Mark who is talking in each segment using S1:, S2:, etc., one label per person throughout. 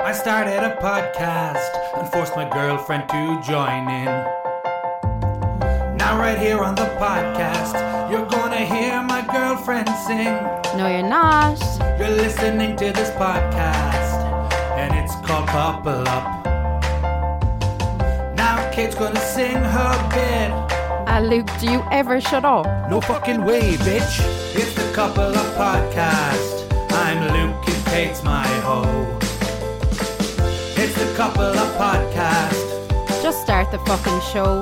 S1: I started a podcast and forced my girlfriend to join in. Now, right here on the podcast, you're gonna hear my girlfriend sing.
S2: No, you're not.
S1: You're listening to this podcast, and it's called Couple Up. Now, Kate's gonna sing her bit.
S2: Uh, Luke, do you ever shut up?
S1: No fucking way, bitch. It's the Couple Up Podcast. I'm Luke, and Kate's my hoe. It's the Couple Up Podcast.
S2: Just start the fucking show.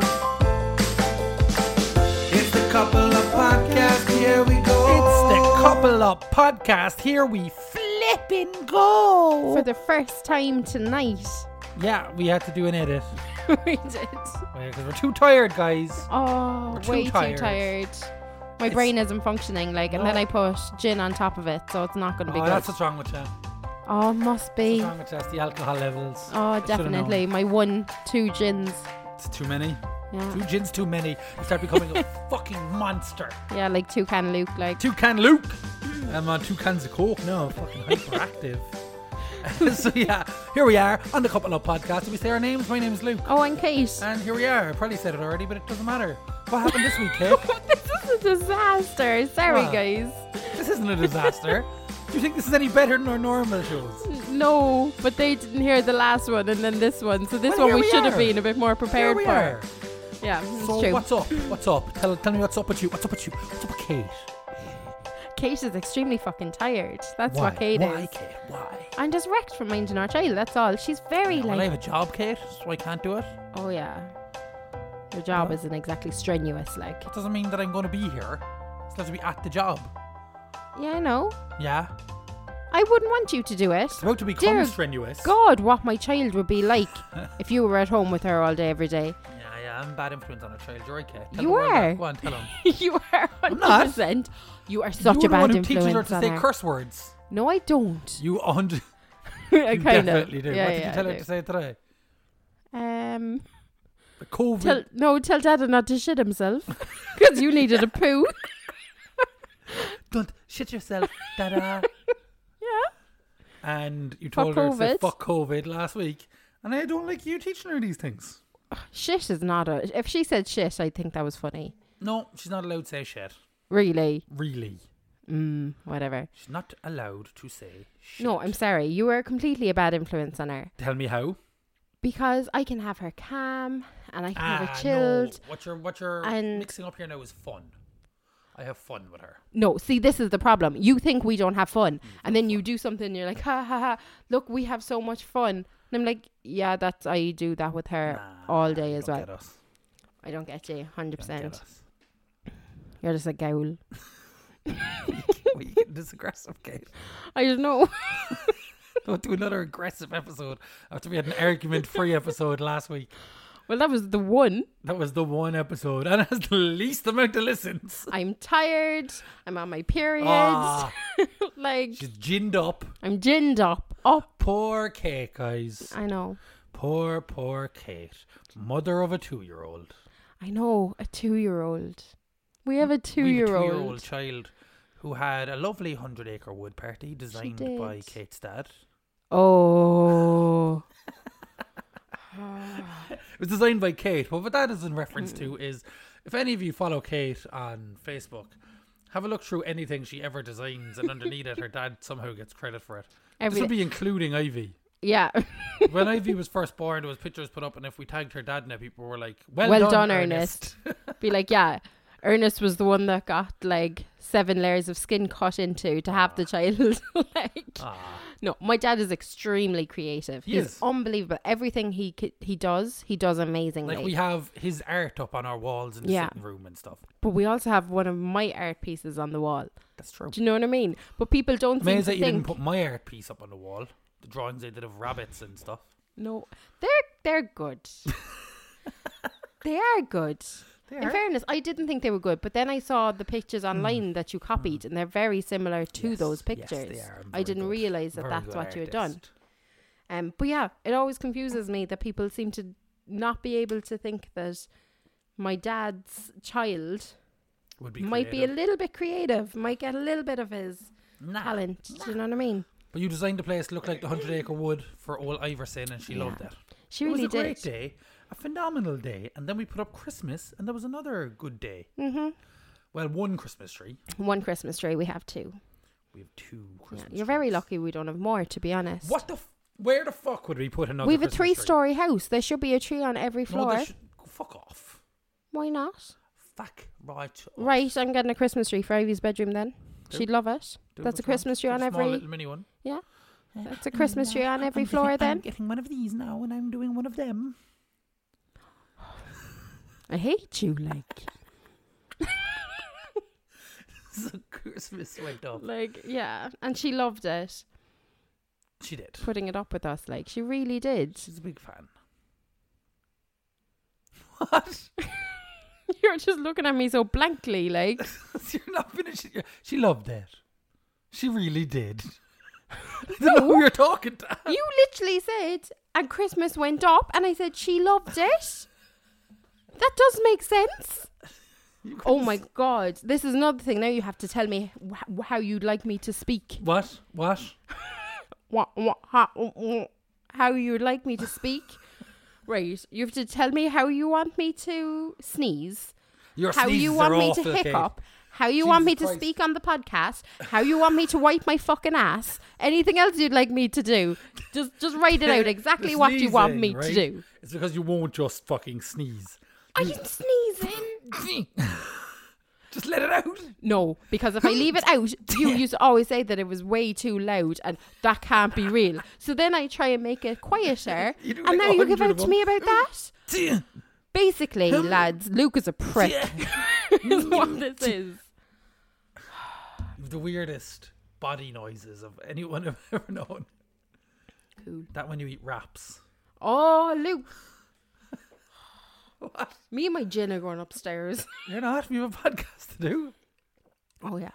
S1: It's the couple of podcast. Here we go.
S3: It's the Couple Up Podcast. Here we flipping go.
S2: For the first time tonight,
S3: yeah, we had to do an edit Oh,
S2: we did.
S3: because we're too tired, guys.
S2: Oh,
S3: We're too
S2: way
S3: tired.
S2: too tired. My brain isn't functioning, like, and then
S3: No.
S2: I put gin on top of it, so it's not going to be
S3: Oh,
S2: good.
S3: that's what's wrong with you. What's
S2: oh, must be.
S3: wrong with you? That's the alcohol levels.
S2: Oh,
S3: I should've known.
S2: definitely. Mm. My one, two gins.
S3: It's too many.
S2: Yeah,
S3: Two gins too many. You start becoming a fucking monster.
S2: yeah, like two can Luke, like.
S3: Two can Luke. I'm on two cans of Coke. No, I'm fucking hyperactive. so yeah, here we are on the Couple Up Podcast. We say our names. My name's Luke.
S2: Oh, and Kate.
S3: And here we are. I probably said it already, but it doesn't matter. What happened this week, Kate? Ah.
S2: this is a disaster. Sorry,
S3: What?
S2: guys.
S3: This isn't a disaster. Do you think this is any better than our normal shows?
S2: No, but they didn't hear the last one and then this one. So this
S3: Well,
S2: one
S3: here
S2: we,
S3: we
S2: should have
S3: are.
S2: been a bit more
S3: Here
S2: prepared
S3: we
S2: for.
S3: are.
S2: Yeah, it's
S3: So
S2: true.
S3: what's up? What's up? Tell, tell me what's up with you. What's up with you? What's up with Kate?
S2: Kate is extremely fucking tired. That's
S3: Why?
S2: what Kate
S3: Why,
S2: is.
S3: Kate? Why?
S2: I'm just wrecked from minding our child. That's all. She's very
S3: Well, I
S2: like,
S3: have a job, Kate, so I can't do it.
S2: oh yeah, your job isn't exactly strenuous. Like,
S3: That doesn't mean that I'm going to be here. It's got to be at the job.
S2: yeah, I know.
S3: Yeah.
S2: I wouldn't want you to do it.
S3: It's about to become
S2: Dear
S3: strenuous.
S2: God, what my child would be like if you were at home with her all day, every day.
S3: Yeah, yeah, I'm a bad influence on a child. You're right, Kate. Tell
S2: You
S3: the world that.
S2: are.
S3: Go on, tell him.
S2: you are
S3: I'm not.
S2: 100%. You are
S3: You're
S2: such a
S3: the one
S2: bad
S3: who
S2: influence
S3: teaches her to
S2: on
S3: say
S2: her.
S3: curse words.
S2: No, I don't.
S3: You, a hundred-
S2: I
S3: you
S2: kind
S3: definitely
S2: of.
S3: do.
S2: Yeah,
S3: what did
S2: yeah,
S3: you tell
S2: I
S3: her to say today?
S2: do. Um.
S3: The COVID.
S2: Tell no, tell Dada not to shit himself because you needed a poo.
S3: Don't shit yourself. Da-da.
S2: Yeah.
S3: and you
S2: Fuck
S3: told her to say
S2: COVID.
S3: fuck COVID last week, and I don't like you teaching her these things.
S2: Shit is not a. If she said shit, I think that was funny.
S3: No, she's not allowed to say shit.
S2: Really.
S3: Really,
S2: Mm, whatever.
S3: she's not allowed to say. Shit.
S2: No, I'm sorry. You were completely a bad influence on her
S3: Tell me how.
S2: because I can have her calm and I can have
S3: Ah,
S2: her chilled.
S3: No. What you're what you're
S2: and-
S3: mixing up here now is fun. I have fun with her.
S2: No. see, this is the problem. You think we don't have fun, and then you do something. and You're like, ha ha ha! Look, we have so much fun. And I'm like, yeah, that's I do that with her all day as
S3: Don't
S2: well.
S3: Get us.
S2: I don't get you, hundred
S3: Don't get
S2: percent.
S3: us.
S2: You're just a gowl.
S3: Well, you get this aggressive, Kate.
S2: I don't know.
S3: Don't do another aggressive episode after we had an argument-free episode last week.
S2: Well, that was the one.
S3: That was the one episode, and it has the least amount of listens.
S2: I'm tired. I'm on my period.
S3: Ah,
S2: like
S3: she's ginned up.
S2: I'm ginned up. Up.
S3: Poor Kate, guys.
S2: I know.
S3: Poor, poor Kate. Mother of a two year old.
S2: I know. A two-year-old. We have a
S3: Two year old
S2: two-year-old.
S3: child who had a lovely 100 acre wood party designed by
S2: did.
S3: Kate's dad.
S2: Oh.
S3: It was designed by Kate. But what that is in reference to
S2: Mm.
S3: is if any of you follow Kate on Facebook, have a look through anything she ever designs, and underneath it, her dad somehow gets credit for it. This
S2: Every
S3: would be including Ivy.
S2: yeah.
S3: When Ivy was first born, there was pictures put up, and if we tagged her dad in it, people were like, "Well,
S2: Well
S3: done,
S2: done, Ernest." be like, yeah. Ernest was the one that got like seven layers of skin cut into to have the child. like,
S3: Ah.
S2: no, my dad is extremely creative.
S3: He
S2: He's
S3: is.
S2: unbelievable. Everything he c- he does, he does amazingly.
S3: Like we have his art up on our walls in the
S2: Yeah.
S3: sitting room and stuff.
S2: but we also have one of my art pieces on the wall.
S3: That's true.
S2: Do you know what I mean? But people don't seem
S3: Amazed
S2: to
S3: that you didn't
S2: think.
S3: put my art piece up on the wall. The drawings I did of rabbits and stuff.
S2: no, they're they're good. they are good. In fairness, I didn't think they were good, but then I saw the pictures online that you copied, and they're very similar to
S3: Mm. Yes,
S2: those
S3: yes, they
S2: pictures.
S3: are. I'm
S2: I
S3: very
S2: didn't
S3: good.
S2: realize that
S3: Very
S2: that's
S3: good
S2: what you had done.
S3: artist.
S2: Um, but yeah, it always confuses me that people seem to not be able to think that my dad's child
S3: Would be
S2: might be a
S3: creative. Ah,
S2: little bit creative, might get a little bit of his
S3: Nah.
S2: talent. Do you know what I mean?
S3: But you designed the place to look like the Hundred Acre Wood for old Iverson, and she
S2: Yeah.
S3: loved that.
S2: She
S3: it was
S2: really
S3: a great
S2: did.
S3: day, a phenomenal day, and then we put up Christmas, and that was another good day. Mm-hmm. Well, one Christmas tree.
S2: One Christmas tree, we have two.
S3: We have two
S2: Yeah,
S3: Christmas.
S2: you're very
S3: trees.
S2: lucky we don't have more, to be honest.
S3: What the? F- where the fuck would we put another?
S2: We have a
S3: Christmas tree?
S2: three-story house. There should be a tree on every
S3: No,
S2: floor.
S3: they should- fuck off.
S2: Why not?
S3: Fuck right. off.
S2: Right, I'm getting a Christmas tree for Ivy's bedroom then.
S3: Do-
S2: She'd love it.
S3: Do
S2: That's
S3: what's
S2: a
S3: wrong.
S2: Christmas tree
S3: Get
S2: on
S3: a small
S2: every.
S3: little mini one.
S2: Yeah. That's a Christmas tree on every floor then.
S3: getting one of these now, and I'm doing one of them.
S2: I hate you, like.
S3: so Christmas went up.
S2: Like, yeah. And she loved it,
S3: She did.
S2: putting it up with us. Like, she really did.
S3: She's a big fan. What?
S2: You're just looking at me so blankly, like.
S3: You're not finishing. Your... She loved it. She really did. I don't know who you're talking to.
S2: You literally said, and Christmas went up, and I said she loved it. That does make sense.
S3: You
S2: Oh my god, this is another thing. Now you have to tell me wh- how you'd like me to speak.
S3: What? What?
S2: Wha- wha- ha- wha- wha- How you'd like me to speak. Right, you have to tell me how you want me to sneeze,
S3: Your
S2: how
S3: sneezes
S2: you
S3: are
S2: want me to
S3: awful, Kate.
S2: hiccup, how you want
S3: Jesus
S2: me to
S3: Christ.
S2: speak on the podcast, how you want me to wipe my fucking ass, anything else you'd like me to do. Just just write it out
S3: The
S2: exactly what you want me
S3: sneezing, right?
S2: to do.
S3: It's because you won't just fucking sneeze.
S2: I am sneezing.
S3: just let it out.
S2: No, because if I leave it out, you used to always say that it was way too loud and that can't be real. So then I try and make it quieter,
S3: You do
S2: and
S3: like
S2: now you
S3: 100
S2: give out
S3: of
S2: to
S3: them.
S2: me about that. Basically, lads, Luke is a prick. is what this is.
S3: the weirdest body noises of anyone I've ever known.
S2: Cool.
S3: That when you eat wraps.
S2: Oh, Luke.
S3: What?
S2: Me and my gin are going upstairs.
S3: You're not. We have a podcast to do.
S2: Oh yeah.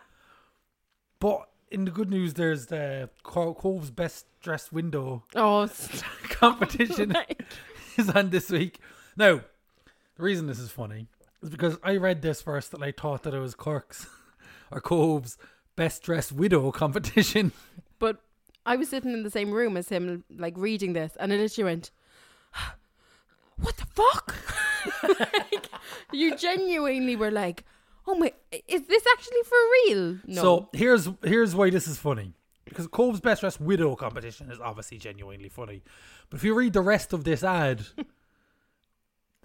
S3: But in the good news, there's the Co- Cove's best dressed window
S2: Oh, it's
S3: competition
S2: like,
S3: is on this week. Now, the reason this is funny is because I read this first and I thought that it was Cork's or Cove's best dressed widow competition.
S2: but I was sitting in the same room as him, like reading this, and I literally went, "What the fuck?" like, you genuinely were like, "Oh my, is this actually for real?" No.
S3: So here's here's why this is funny. Because Cove's best dressed widow competition is obviously genuinely funny. But if you read the rest of this ad,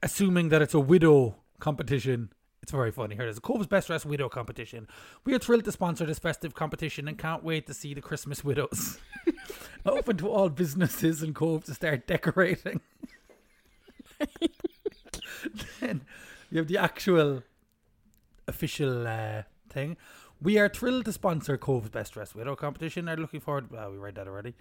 S3: assuming that it's a widow competition, it's very funny. Here it is. Cove's best dressed widow competition. We are thrilled to sponsor this festive competition and can't wait to see the Christmas widows. Open to all businesses in Cove to start decorating. then you have the actual official uh, thing. We are thrilled to sponsor Cove's Best Dressed Widow competition. Are looking forward. Well, we read that already.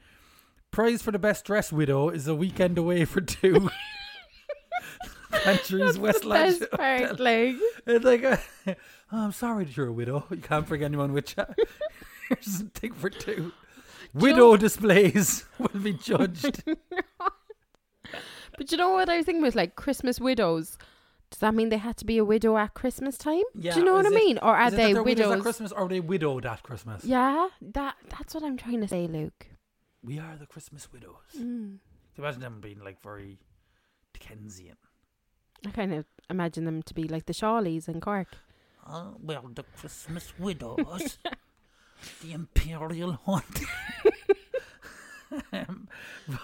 S3: Prize for the best dressed widow is a weekend away for two. Countries West
S2: the best
S3: Lodge.
S2: part, like,
S3: It's like, a, oh, I'm sorry that you're a widow. You can't bring anyone with you. Here's something for two. Widow displays will be judged.
S2: but you know what I was thinking was like Christmas widows. Does that mean they had to be a widow at Christmas time?
S3: Yeah,
S2: Do you know what
S3: is
S2: I
S3: it-
S2: mean? Or are
S3: Is it that
S2: they
S3: they're widows at
S2: widows?
S3: Christmas or are they widowed at Christmas?
S2: Yeah, that that's what I'm trying to say, Luke.
S3: We are the Christmas widows. Mm. Imagine them being like very Dickensian.
S2: I kind of imagine them to be like the Shawleys in Cork.
S3: Uh, well, the Christmas widows, the imperial hunt. um,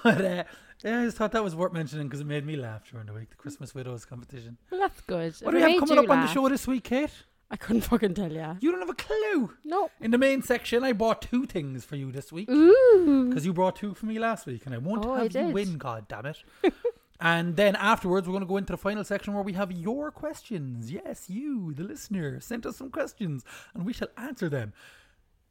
S3: but uh, yeah, I just thought that was worth mentioning because it made me laugh during the week. The Christmas widows competition.
S2: Well, that's good.
S3: What do
S2: It
S3: we
S2: made
S3: have coming
S2: you
S3: up on the
S2: laugh.
S3: show this week, Kate?
S2: I couldn't fucking tell you.
S3: You don't have a clue.
S2: No.
S3: In the main section, I bought two things for you this week
S2: Ooh.
S3: because you brought two for me last week, and I won't
S2: Mm. Oh,
S3: have
S2: I
S3: you
S2: did.
S3: win. God damn it! and then afterwards, we're going to go into the final section where we have your questions. Yes, you, the listener, sent us some questions, and we shall answer them.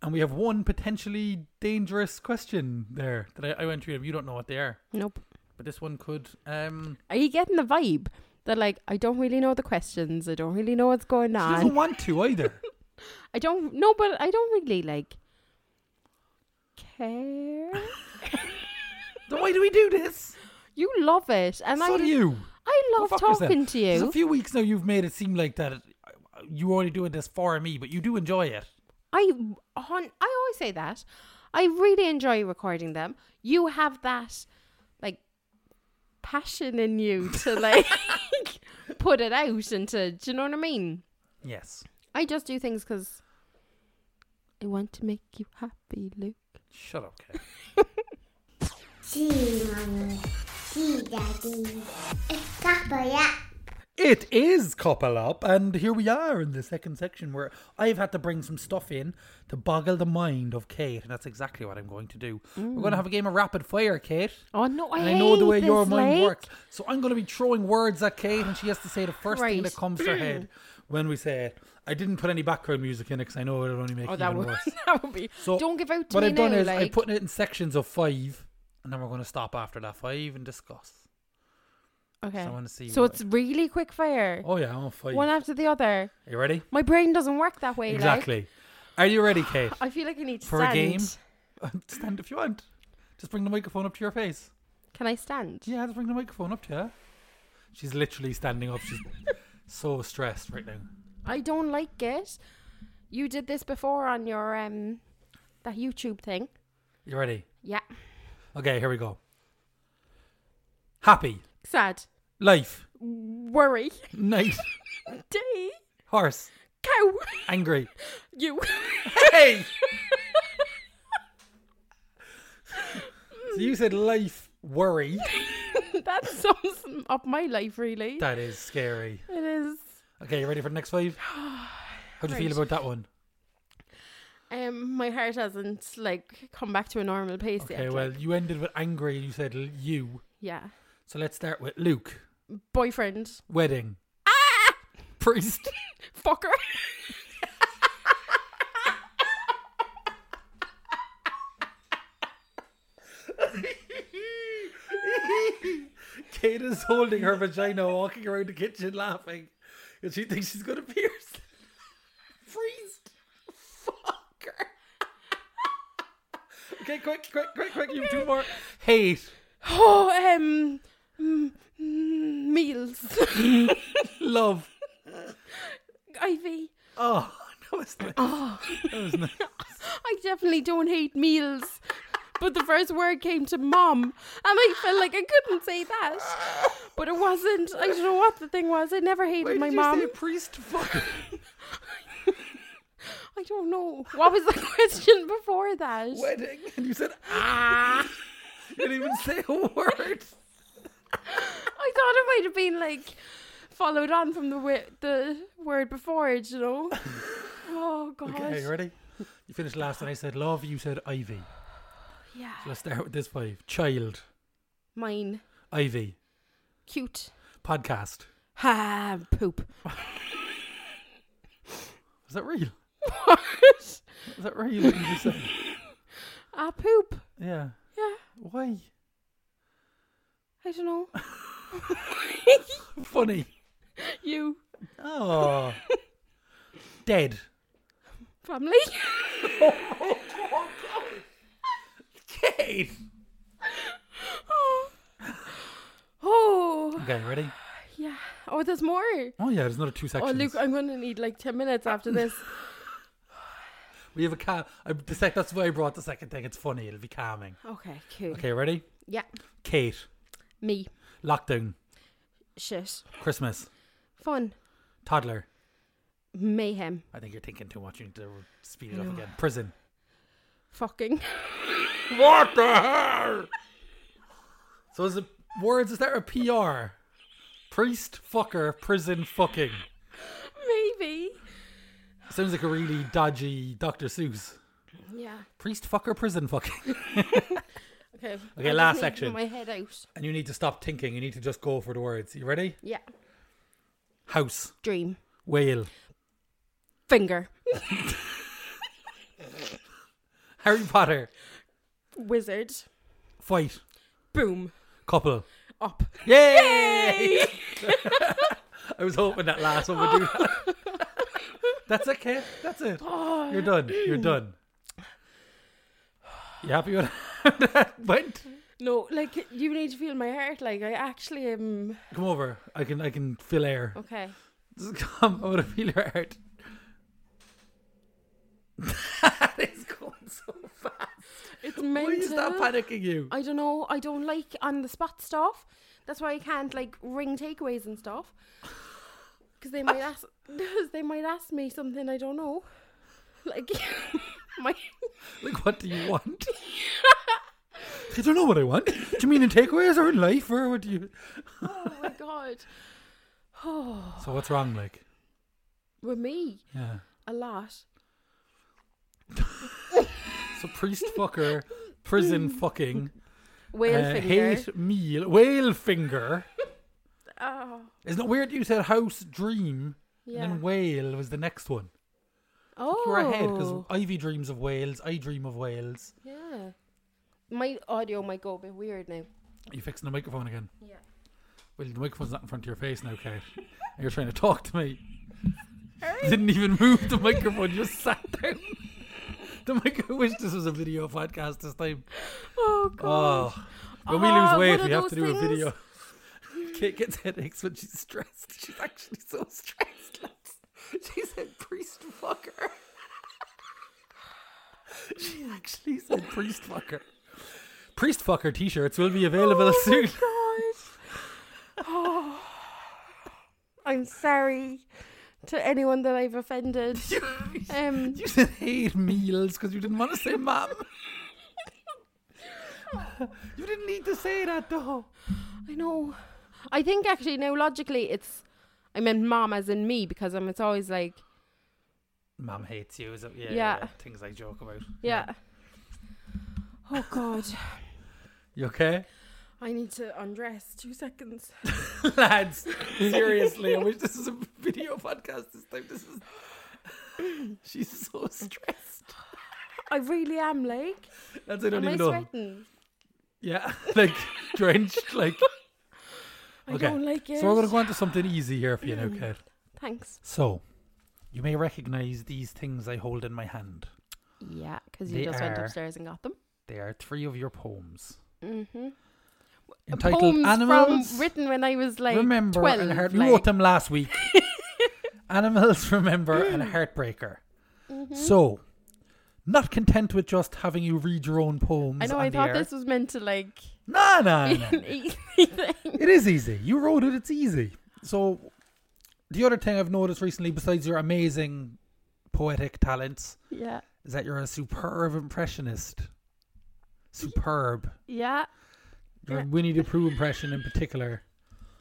S3: And we have one potentially dangerous question there that I, I went through them. You don't know what they are,
S2: Nope.
S3: but this one could. um
S2: Are you getting the vibe that like I don't really know the questions? I don't really know what's going
S3: She doesn't
S2: on.
S3: want to either.
S2: I don't. No, but I don't really like care.
S3: then why do we do this?
S2: you love it, and
S3: so
S2: I.
S3: do you.
S2: I
S3: Go
S2: love
S3: fuck yourself.
S2: talking to
S3: There's
S2: you.
S3: a few weeks now you've made it seem like that uh, you only doing this for me, but you do enjoy it.
S2: I hon- I always say that. I really enjoy recording them. You have that like passion in you to like put it out and to do you know what I mean?
S3: Yes.
S2: I just do things because I want to make you happy, Luke.
S3: Shut up, Kate.
S4: Sì, mamma. Sì, daddy. E scappa,
S3: It is Couple Up, and here we are in the second section where I've had to bring some stuff in to boggle the mind of Kate, and that's exactly what I'm going to do. We're going to have a game of rapid fire, Kate.
S2: Oh no, I,
S3: And I know the
S2: hate
S3: way your
S2: Mm. this,
S3: mind
S2: like.
S3: works. So I'm going to be throwing words at Kate, and she has to say the first thing
S2: Right.
S3: that comes to her head when we say it. I didn't put any background music in it because I know it'll only make
S2: Oh,
S3: it
S2: that
S3: even
S2: would,
S3: worse.
S2: that would be.
S3: So
S2: don't give out to
S3: What
S2: me
S3: I've done
S2: now,
S3: is
S2: like,
S3: I've put it in sections of five, and then we're going to stop after that five and discuss.
S2: okay.
S3: I wanna see
S2: so
S3: what-
S2: it's really quick fire,
S3: Oh yeah, I'm on five.
S2: one after the other.
S3: Are you ready?
S2: My brain doesn't work that way.
S3: Exactly. Are you ready, Kate?
S2: Like. I feel like I need to
S3: For a
S2: stand.
S3: game? stand if you want. Just bring the microphone up to your face.
S2: Can I stand?
S3: Yeah, just bring the microphone up to her. She's literally standing up. She's so stressed right now.
S2: I don't like it. You did this before on your um that YouTube thing.
S3: You ready?
S2: Yeah.
S3: Okay, here we go. Happy.
S2: Sad.
S3: Life.
S2: Worry.
S3: Night.
S2: Day.
S3: Horse.
S2: Cow.
S3: Angry.
S2: You.
S3: Hey! so you said life worry.
S2: that sums up my life really.
S3: That is scary.
S2: It is.
S3: Okay, you ready for the next five? How do you feel
S2: Right.
S3: about that one?
S2: Um, my heart hasn't like come back to a normal pace yet.
S3: Okay,
S2: like.
S3: well, you ended with angry and you said l- you.
S2: yeah.
S3: So let's start with Luke.
S2: Boyfriend.
S3: Wedding.
S2: Ah!
S3: Priest.
S2: Fucker.
S3: Kate is holding her vagina, walking around the kitchen laughing. And she thinks she's going to pierce. Priest. Fucker. okay, quick, quick, quick, quick. You have two more. Hate.
S2: Oh, um, mm, mm, meals.
S3: Love.
S2: Ivy.
S3: Oh, that was nice.
S2: Oh.
S3: That was nice.
S2: I definitely don't hate meals. But the first word came to mom, and I felt like I couldn't say that. But it wasn't. I don't know what the thing was. I never
S3: Why
S2: hated my
S3: did
S2: mom.
S3: You say priest. Fucker.
S2: I don't know. What was the question before that?
S3: Wedding. And you said, ah. you didn't even say a word.
S2: Oh, I thought it might have been like followed on from the wi- the word before it, you know? Oh, God.
S3: Okay, you ready? You finished last and I said love, you said Ivy.
S2: Yeah.
S3: Let's start with this five. Child,
S2: Mine.
S3: Ivy,
S2: Cute.
S3: podcast.
S2: Ha, poop.
S3: Is that real?
S2: What?
S3: Is that real? what you just said?
S2: Ah, poop.
S3: Yeah.
S2: Yeah.
S3: Why?
S2: I don't know.
S3: Funny.
S2: you.
S3: Oh. Dead.
S2: Family.
S3: Kate.
S2: oh. Oh.
S3: Okay, ready?
S2: Yeah. Oh, there's more.
S3: Oh yeah, there's another two
S2: Oh,
S3: sections.
S2: Luke, I'm going to need like 10 minutes after this.
S3: we have a calm. I, the sec- that's why I brought the second thing. It's funny. It'll be calming.
S2: Okay, cool.
S3: Okay, ready?
S2: Yeah.
S3: Kate.
S2: Me.
S3: Lockdown.
S2: Shit.
S3: Christmas.
S2: Fun.
S3: Toddler.
S2: Mayhem.
S3: I think you're thinking too much. You need to speed it up again. Prison.
S2: Fucking.
S3: What the hell? So is it words? Is that a PR? Priest, fucker, prison, fucking.
S2: Maybe.
S3: Sounds like a really dodgy Dr. Seuss.
S2: Yeah.
S3: Priest, fucker, prison, fucking.
S2: Okay.
S3: Okay,
S2: I
S3: last
S2: just need to
S3: section.
S2: Get my head out.
S3: And you need to stop thinking. You need to just go for the words. You ready?
S2: Yeah.
S3: House,
S2: Dream.
S3: whale,
S2: Finger.
S3: Harry Potter,
S2: Wizard.
S3: fight,
S2: Boom.
S3: couple.
S2: Up.
S3: Yay! I was hoping that last one would do that. Oh, That's it, Kate. That's it.
S2: Oh.
S3: You're done. You're done. You happy with how that went?
S2: No, like you need to feel my heart. Like I actually am.
S3: Come over. I can I can feel air.
S2: Okay.
S3: Just come. I want to feel your heart. that is going so fast.
S2: It's
S3: Why
S2: mental.
S3: is that panicking you?
S2: I don't know. I don't like on the spot stuff. That's why I can't like ring takeaways and stuff. Because they might ask. Because they might ask me something I don't know. Like my.
S3: Like, what do you want? I don't know what I want. Do you mean in takeaways or in life or what do you?
S2: Oh my god. Oh,
S3: So what's wrong? Like,
S2: with me
S3: yeah.
S2: a lot.
S3: So priest fucker, prison fucking,
S2: Whale
S3: uh,
S2: finger.
S3: hate meal, whale finger.
S2: Oh
S3: Isn't it weird? You said house dream,
S2: yeah.
S3: and then whale was the next one.
S2: oh.
S3: You were ahead because Ivy dreams of whales. I dream of whales.
S2: yeah. My audio might go a bit weird now.
S3: Are you fixing the microphone again?
S2: Yeah.
S3: Well, the microphone's not in front of your face now, Kate. And you're trying to talk to me. You didn't even move the microphone. You just sat down. The mic- I wish this was a video podcast this time.
S2: Oh god.
S3: Oh, when we lose
S2: Ah,
S3: weight,
S2: one
S3: we
S2: of
S3: have to do
S2: those
S3: a video. Kate gets headaches when she's stressed. She's actually so stressed. lads. She said priest fucker. she actually said priest fucker. Priest fucker t-shirts will be available soon.
S2: Oh God. Oh. I'm sorry to anyone that I've offended. Um,
S3: You said hate meals because you didn't want to say mom. you didn't need to say that though.
S2: I know. I think actually now logically it's I meant mom as in me because I'm it's always like
S3: Mom hates you, is it? Yeah,
S2: Yeah. yeah,
S3: Things I joke about.
S2: yeah. Oh god.
S3: You okay?
S2: I need to undress. Two seconds.
S3: Lads, seriously, I wish this is a video podcast this time. This is. She's so stressed.
S2: I really am like
S3: That's I don't
S2: am I
S3: even know.
S2: sweating?
S3: Yeah, like drenched, like.
S2: I
S3: Okay,
S2: don't like it.
S3: So we're going to go on to something easy here for you now, Kate.
S2: Thanks.
S3: So, you may recognize these things I hold in my hand.
S2: Yeah, because
S3: They
S2: you just went
S3: are-
S2: upstairs and got them.
S3: They are three of your poems.
S2: Mm-hmm.
S3: Entitled
S2: Poems
S3: Animals.
S2: from written when I was like
S3: remember
S2: twelve.
S3: and Heart-
S2: like-
S3: You wrote them last week. Animals Remember and
S2: Mm-hmm.
S3: Heartbreaker. So, not content with just having you read your own poems.
S2: I know.
S3: on
S2: I
S3: the
S2: thought
S3: air.
S2: this was meant to like
S3: No, no,
S2: be
S3: no.
S2: an easy thing.
S3: it is easy. You wrote it. It's easy. So, the other thing I've noticed recently, besides your amazing poetic talents,
S2: Yeah,
S3: is that you're a superb impressionist. Superb.
S2: yeah.
S3: Your Winnie the Pooh impression in particular.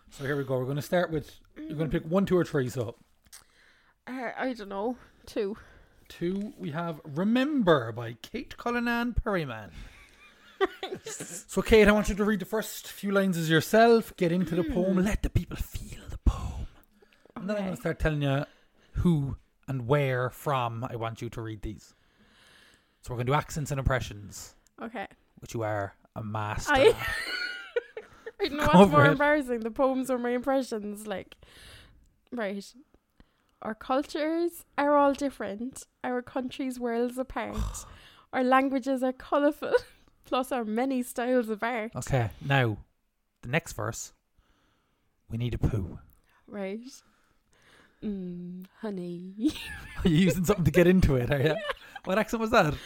S3: So here we go. We're going to start with. You're going to pick one, two, or three. So
S2: Uh, I don't know. Two.
S3: two, we have "Remember" by Kate Cullinan Perryman. so Kate, I want you to read the first few lines as yourself. Get into the poem.
S2: Hmm.
S3: Let the people feel the poem. And then I'm going to start telling you who and where from I want you to read these. So we're going to do accents and impressions,
S2: Okay.
S3: which you are a master.
S2: I.
S3: at.
S2: I don't know
S3: Go
S2: what's
S3: for
S2: more
S3: it.
S2: embarrassing, the poems or my impressions. Like, right. Our cultures are all different. Our countries worlds apart. our languages are colourful. Plus, our many styles of art.
S3: Okay, now the next verse. We need a poo.
S2: Right. Mm, honey.
S3: Are you using something to get into it? Are you? What accent was that?
S2: Winnie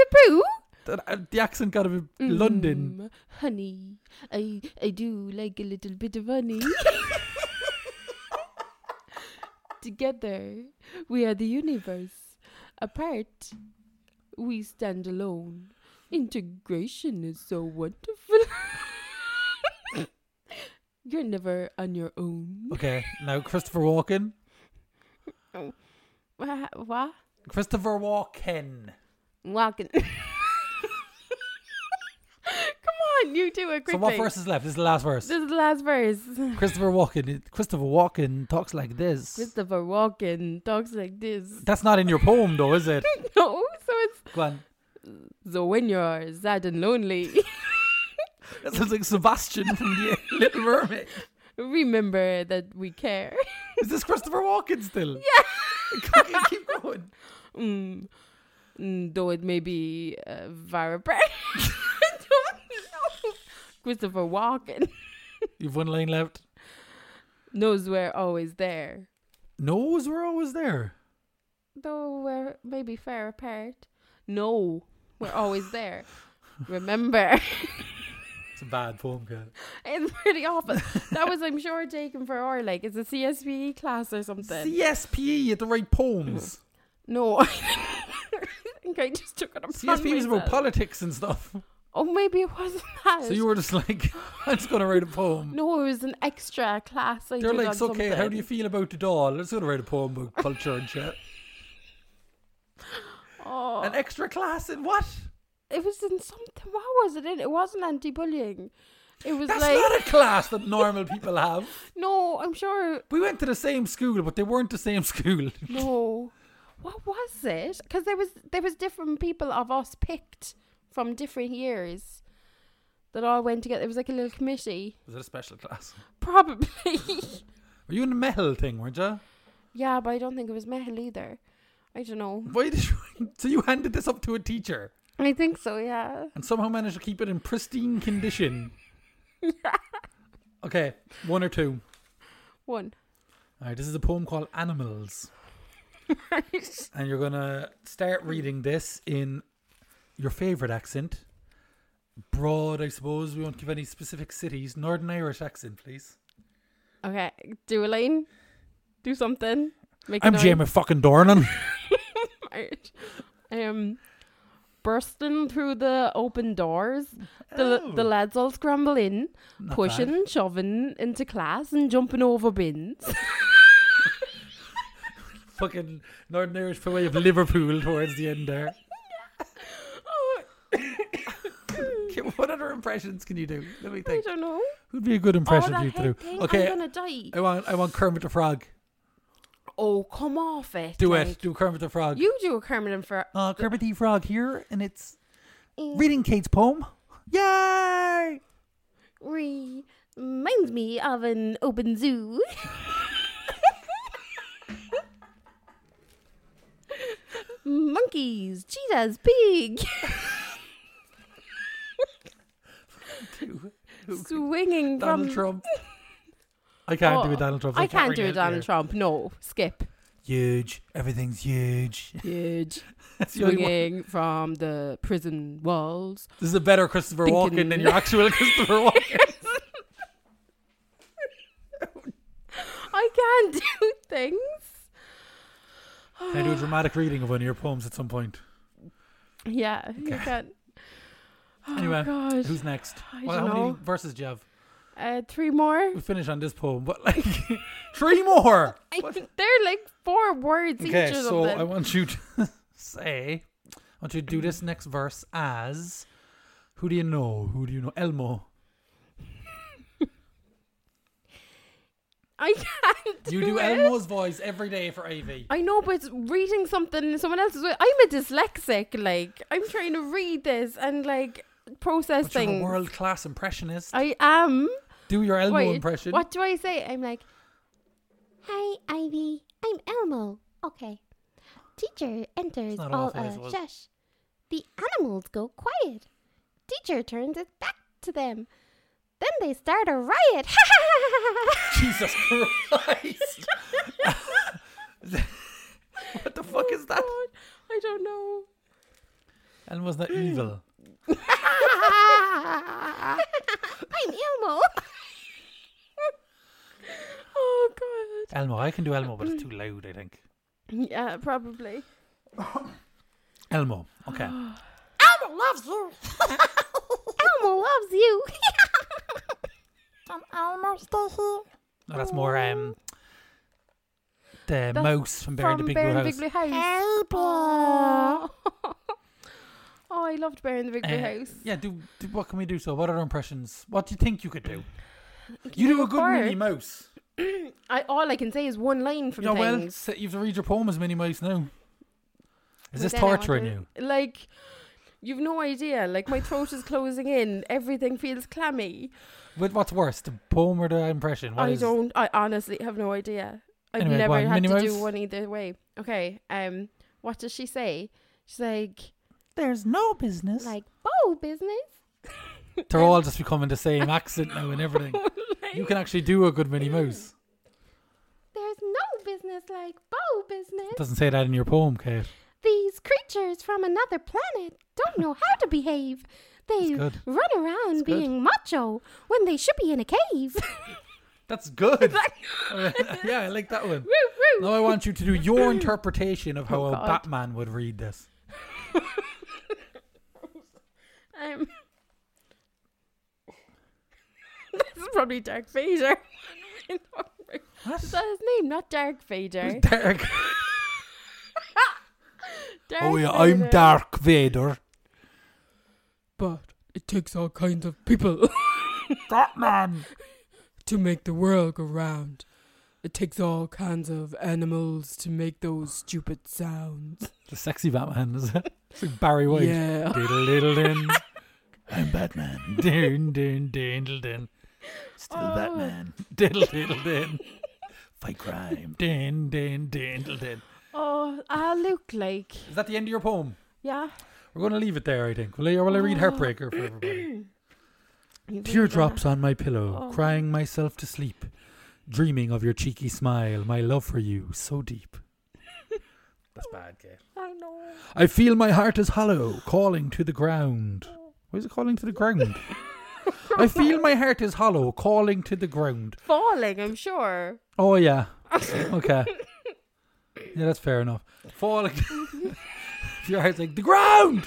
S2: the Pooh?
S3: That- uh, The accent got to be London.
S2: Mm, honey. I, I do like a little bit of honey. Together, we are the universe. Apart, we stand alone. Integration is so wonderful. You're never on your own.
S3: Okay, now Christopher Walken.
S2: Wha- What?
S3: Christopher Walken.
S2: Walking. Come on, you do it quickly.
S3: So what verse is left? This is the last verse.
S2: This is the last verse.
S3: Christopher Walken. it- Christopher Walken talks like this.
S2: Christopher Walken talks like this.
S3: That's not in your poem, though, is it?
S2: No, so it's
S3: Go on.
S2: so when you're sad and lonely,
S3: That sounds like Sebastian from the Little Mermaid.
S2: remember that we care.
S3: Is this Christopher Walken still? Yeah. Keep going.
S2: Mm. Mm, though it may be uh, Vera Bra- I don't know. Christopher Walken
S3: You've one line left.
S2: knows we're always there,
S3: Nose, we're always there.
S2: though we're maybe far apart. No, We're always there. Remember,
S3: It's a bad poem, Kat.
S2: it's pretty awful. That was, I'm sure, taken for our like it's a CSVE class or something.
S3: CSPE E at the right poems.
S2: no, I think I just took it upon
S3: CSPE E was about
S2: myself.
S3: politics and stuff.
S2: Oh, maybe it wasn't that.
S3: So you were just like, I'm just going to write a poem.
S2: No, it was an extra class. I
S3: They're
S2: did
S3: like,
S2: on
S3: "So, okay, how do
S2: something.
S3: you feel about it all? Let's go to write a poem about culture and shit.
S2: Oh,
S3: An extra class in what?
S2: it was in something. What was it in? It wasn't anti-bullying. It was
S3: That's
S2: like
S3: not a class that normal people have.
S2: no. I'm sure
S3: We went to the same school, but they weren't the same school.
S2: no. What was it? Because there was there was different people of us picked from different years that all went together. It was like a little committee,
S3: Was it a special class?
S2: probably.
S3: Were you in the metal thing, weren't you?
S2: yeah, but I don't think it was metal either. I don't know.
S3: Why did you? So you handed this up to a teacher
S2: I think so. Yeah.
S3: and somehow managed to keep it in pristine condition. Okay, one or two.
S2: One.
S3: All right, this is a poem called Animals. And you're going to start reading this in your favourite accent. Broad, I suppose. We won't give any specific cities. Northern Irish accent, please.
S2: Okay. Do a line. Do something. Make a
S3: I'm
S2: noise.
S3: Jamie fucking Dornan.
S2: Right. Um, bursting through the open doors, the
S3: Oh.
S2: the lads all scramble in,
S3: Not
S2: pushing,
S3: bad.
S2: shoving into class, and jumping over bins.
S3: Fucking Northern Irish for way of Liverpool towards the end there.
S2: Oh.
S3: Okay, what other impressions can you do? Let me
S2: I
S3: think.
S2: don't know.
S3: Who'd be a good
S2: Oh,
S3: impression for you
S2: that
S3: to do?
S2: head thing.
S3: Okay, Oh.
S2: I'm gonna die.
S3: I want I want Kermit the Frog.
S2: Oh, come off it.
S3: Do
S2: like.
S3: it. Do Kermit the Frog.
S2: You do a Kermit and Frog.
S3: Uh, Kermit the Frog here, and it's
S2: Mm.
S3: reading Kate's poem. Yay!
S2: Reminds me of an open zoo. Monkeys, cheetahs, pig. swinging
S3: Donald
S2: from
S3: Trump. I can't do
S2: Oh,
S3: a Donald Trump. so
S2: I can't
S3: really
S2: do a
S3: help
S2: Donald
S3: you.
S2: Trump. No, skip.
S3: Huge. Everything's huge.
S2: Huge.
S3: That's the only one.
S2: Swinging from the prison walls.
S3: This is a better Christopher Walken than
S2: Thinking.
S3: your actual Christopher Walken.
S2: I can't do things.
S3: Can I do a dramatic reading of one of your poems at some point?
S2: Yeah, you can. Oh
S3: Anyway,
S2: God.
S3: who's next?
S2: I
S3: well,
S2: don't
S3: how
S2: know.
S3: many verses do you have?
S2: Uh, three more.
S3: We finish on this poem, but like three more.
S2: I think they're like four words
S3: Okay,
S2: each or
S3: so
S2: something.
S3: I want you to say, I want you to do this next verse as who do you know? Who do you know? Elmo.
S2: I can't. Do
S3: You do
S2: it.
S3: Elmo's voice every day for Ivy.
S2: I know, but reading something in someone else's way. I'm a dyslexic. Like I'm trying to read this and like process
S3: But you're a
S2: things.
S3: world class impressionist.
S2: I am.
S3: Do your Elmo
S2: Wait,
S3: impression.
S2: What do I say? I'm like,
S4: Hi, Ivy. I'm Elmo. Okay. Teacher enters
S3: not
S4: all
S3: awful, I
S4: a
S3: suppose.
S4: shush. The animals go quiet. Teacher turns it back to them. Then they start a riot.
S3: Jesus Christ! what the fuck is that?
S2: Oh God, I don't know.
S3: Elmo's not evil.
S4: I'm Elmo.
S2: Oh god.
S3: Elmo, I can do Elmo, but it's too loud. I think.
S2: Yeah, probably.
S3: Elmo. Okay.
S4: Elmo loves you. Elmo loves you. Can Elmo stay here?
S3: No, that's more um the mouse from Bear in the
S2: From
S3: Big
S2: Bear
S3: Blue
S2: in the
S3: House.
S2: Big Blue House.
S4: Elmo.
S2: Oh, I loved Bear in the Big Blue
S3: Uh,
S2: House.
S3: Yeah, do, do what can we do? So, what other impressions? What do you think you could do? you
S2: you
S3: do
S2: do
S3: a good
S2: part?
S3: Minnie Mouse.
S2: I all I can say is one line from
S3: Yeah, well,
S2: things.
S3: so you have to read your poem as Minnie Mouse now. Is this
S2: But then I
S3: torturing you?
S2: want to- Like, you've no idea. Like my throat is closing in. Everything feels clammy.
S3: With what's worse, the poem or the impression? What
S2: I
S3: is-
S2: don't. I honestly have no idea. I've
S3: Anyway, go
S2: never
S3: on,
S2: had
S3: Minnie
S2: to do
S3: Mouse?
S2: one either way. Okay. Um. What does she say? She's like,
S3: There's no business.
S4: Like bow business.
S3: They're all just becoming the same accent now and everything. You can actually do a good Minnie Mouse.
S4: There's no business like bow business.
S3: It doesn't say that in your poem, Kate.
S4: These creatures from another planet don't know how to behave. They
S3: good.
S4: run around
S3: good.
S4: being macho when they should be in a cave.
S3: That's good. yeah, I like that one. Now I want you to do your interpretation of how a
S2: Oh, God.
S3: Batman would read this.
S2: Um, this is probably Dark Vader.
S3: What?
S2: Is that his name? Not Dark Vader.
S3: Dark.
S2: Dark
S3: Oh yeah, I'm
S2: Vader.
S3: Dark Vader.
S5: but it takes all kinds of people
S3: Batman.
S5: to make the world go round. It takes all kinds of animals to make those stupid sounds.
S3: The sexy Batman is it? It's like Barry White.
S5: Yeah.
S3: Diddle diddle din. I'm Batman. Din din diddle din. Still
S2: Oh.
S3: Batman. Diddle diddle din. Fight crime. Din din diddle din.
S2: Oh, ah, Luke Lake.
S3: Is that the end of your poem?
S2: Yeah.
S3: We're going to leave it there, I think. Will I, will I read Heartbreaker for everybody?
S2: You've been
S3: Teardrops on my pillow,
S2: Oh.
S3: crying myself to sleep, dreaming of your cheeky smile, my love for you, so deep. That's bad, Kate.
S2: gonna- I know.
S3: I feel my heart is hollow, calling to the ground. Why is it calling to the ground? I feel my heart is hollow, calling to the ground.
S2: Falling, I'm sure.
S3: Oh yeah. Okay. Yeah, that's fair enough. Falling. your heart's like the ground.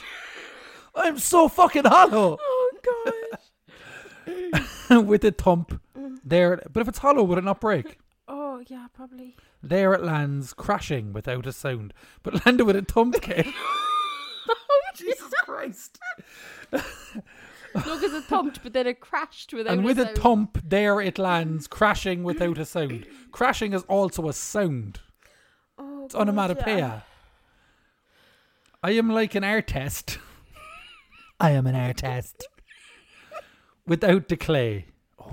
S3: I'm so fucking hollow.
S2: Oh gosh.
S3: with a thump. There, but if it's hollow, would it not break?
S2: oh yeah, probably.
S3: There it lands, crashing without a sound, but landed with a thump kick.
S2: Oh,
S3: Jesus Christ!
S2: no, because it thumped, but then it crashed without.
S3: and with a
S2: sound.
S3: thump, there it lands, crashing without a sound. crashing is also a sound.
S2: Oh,
S3: It's
S2: God,
S3: onomatopoeia.
S2: yeah.
S3: I am like an artist. I am an artist. without the clay. Oh.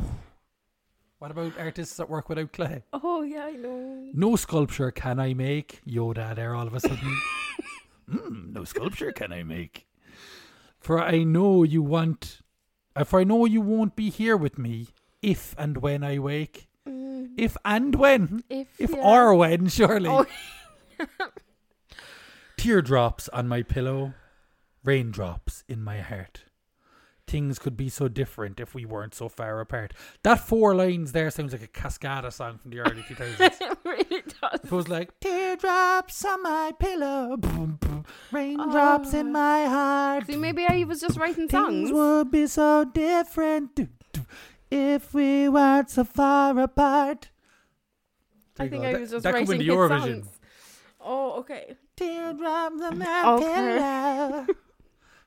S3: What about artists that work without clay?
S2: Oh yeah, I know.
S3: No sculpture can I make. Yoda there all of a sudden. mm, no sculpture can I make. For I know you want uh, for I know you won't be here with me if and when I wake.
S2: Mm,
S3: If and when.
S2: if
S3: If
S2: yeah.
S3: or when, surely.
S2: Oh.
S3: Teardrops on my pillow, raindrops in my heart. Things could be so different if we weren't so far apart. That four lines there sounds like a Cascada song from the early 2000s.
S2: it really does.
S3: It was like teardrops on my pillow, boom, boom, raindrops in my heart.
S2: Oh. See, maybe I was just writing
S3: Things
S2: songs.
S3: would be so different do, do, if we weren't so far apart.
S2: I think I was just
S3: could
S2: writing
S3: win the
S2: hit
S3: Eurovision.
S2: songs. Oh, okay.
S3: Teardrops on my
S2: Okay.
S3: pillow,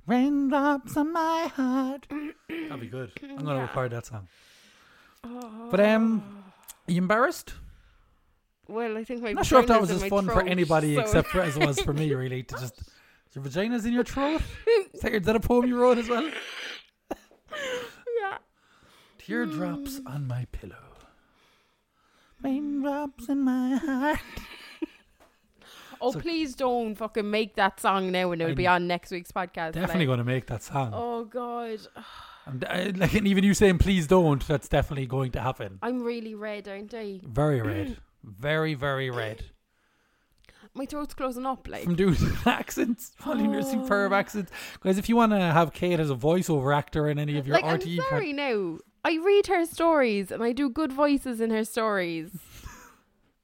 S3: raindrops on my heart. That'd be good. I'm gonna
S2: Yeah.
S3: record that song.
S2: Oh.
S3: But um, are you embarrassed?
S2: well, I think my
S3: I'm not sure if that
S2: vagina's
S3: was
S2: in
S3: as
S2: my
S3: fun for
S2: throat,
S3: anybody
S2: so-
S3: except for as it was for me, really, to just. Your vagina's in your throat? Is that, your, is that a poem you wrote as well?
S2: yeah.
S3: Teardrops
S2: Mm.
S3: on my pillow. Raindrops in my heart.
S2: Oh,
S3: So-
S2: please don't fucking make that song now, and it'll
S3: I'm
S2: be on next week's podcast.
S3: Definitely
S2: like.
S3: going to make that song.
S2: Oh God,
S3: I'm d- I- like, and even you saying, please don't, that's definitely going to happen.
S2: I'm really red, aren't I?
S3: Very red. Very, very red.
S2: My throat's closing up. Like,
S3: From doing accents, Molly nursing
S2: Oh.
S3: perv accents. Guys, if you want to have Kate as a voiceover actor in any of your
S2: like I'm
S3: RTE pro-
S2: sorry now. I read her stories and I do good voices in her stories.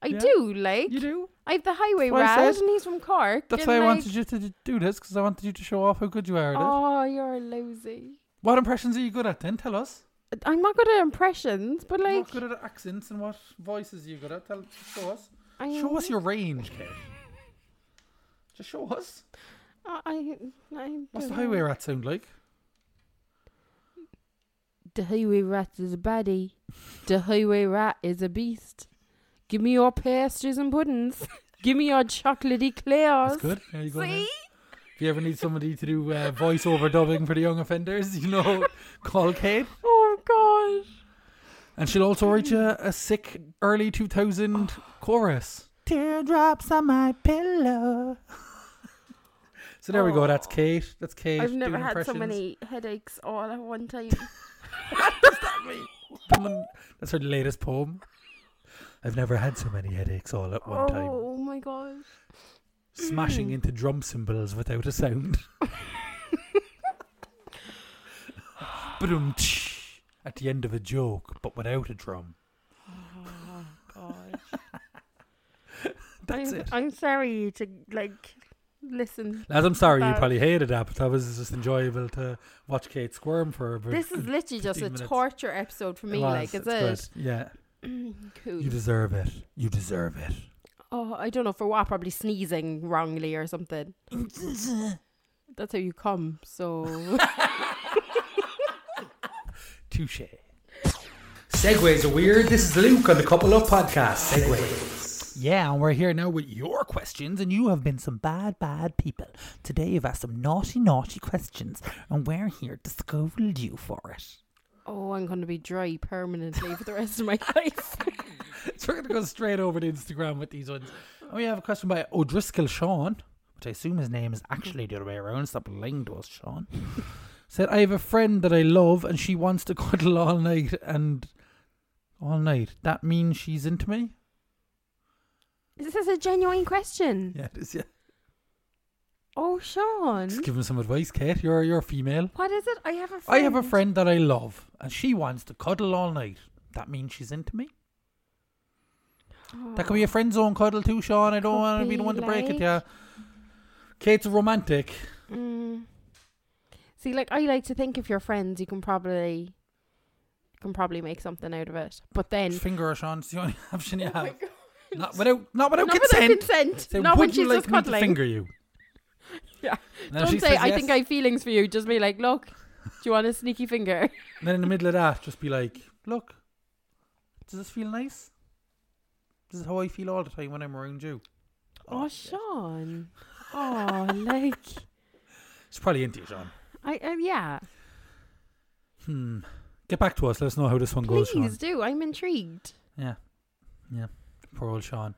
S2: I
S3: Yeah.
S2: do, like
S3: You do?
S2: I have the highway
S3: That's what I
S2: rat,
S3: said.
S2: and he's from Cork.
S3: That's
S2: and,
S3: why I
S2: like,
S3: wanted you to d- do this, because I wanted you to show off how good you are at it.
S2: Oh, you're lousy.
S3: What impressions are you good at then? Tell us.
S2: I'm not good at impressions, but
S3: You're
S2: like,
S3: good at accents and what voices are you good at? Tell, show us.
S2: I,
S3: Show us your range, Kate. Just show us.
S2: I, I, I
S3: What's the
S2: don't
S3: highway
S2: know.
S3: rat sound like?
S2: The highway rat is a baddie. The highway rat is a beast. Give me your pastries and puddings. Give me your chocolatey eclairs.
S3: That's good. There you go. then.
S2: See?
S3: If you ever need somebody to do uh, voiceover dubbing for the young offenders, you know, call Kate.
S2: Oh gosh.
S3: And she'll also write you a sick early 2000 chorus. Teardrops on my pillow. so there we go. That's Kate. That's Kate.
S2: I've never
S3: doing
S2: had so
S3: impressions.
S2: many headaches all at one time.
S3: Someone- That's her latest poem. I've never had so many headaches all at one time.
S2: oh my gosh.
S3: smashing into drum cymbals without a sound. Ba-dum, tsh, At the end of a joke, but without a drum.
S2: Oh, God.
S3: That's
S2: I'm,
S3: it.
S2: I'm sorry to like listen.
S3: Lads, I'm sorry you
S2: about-
S3: probably hated that, but that was just enjoyable to watch Kate squirm for a bit.
S2: This is literally just
S3: 15
S2: a
S3: minutes.
S2: torture episode for me. like, is it?
S3: Yeah,
S2: cool.
S3: you deserve it. You deserve it.
S2: Oh, I don't know for what. Probably sneezing wrongly or something. That's how you come. So
S3: Touche. Segways are weird. This is Luke on the Couple Up Podcast. Segways. Yeah, and we're here now with your questions, and you have been some bad, bad people. Today you've asked some naughty, naughty questions, and we're here to scold you for it.
S2: oh, I'm going to be dry permanently for the rest of my life.
S3: So we're going to go straight over to Instagram with these ones. And we have a question by O'Driscoll Sean, which I assume his name is actually the other way around. Stop lying to us, Sean. Said, I have a friend that I love and she wants to cuddle all night and all night. That means she's into me?
S2: This is a genuine question.
S3: Yeah, it is, yeah.
S2: Oh, Sean,
S3: Just give him some advice, Kate. You're, you're female.
S2: what is it? I have a
S3: I
S2: friend.
S3: have a friend that I love and she wants to cuddle all night. That means she's into me? That could be a friend zone cuddle too, Sean. I don't
S2: Could
S3: want to be the
S2: be
S3: one to break it,
S2: like-
S3: yeah. Kate's a romantic.
S2: Mm. See, like I like to think if you're friends, you can probably can probably make something out of it. But then
S3: finger or Sean. It's the only option you
S2: Oh my
S3: have.
S2: God.
S3: Not without, not without
S2: Not without
S3: consent.
S2: consent.
S3: Say,
S2: Not
S3: would
S2: when
S3: you
S2: she's
S3: like
S2: just
S3: me to
S2: cuddling.
S3: finger you?
S2: Yeah.
S3: And if she
S2: Don't say
S3: says
S2: I think I
S3: yes-
S2: have feelings for you. Just be like, look, do you want a sneaky finger?
S3: And then in the middle of that, just be like, look, does this feel nice? This is how I feel all the time when I'm around you.
S2: Oh,
S3: shit.
S2: Sean. Oh, like
S3: She's probably into you, Sean.
S2: I, I yeah.
S3: Hmm. Get back to us. Let us know how this one goes, Sean.
S2: Please do. I'm intrigued.
S3: Poor old Sean.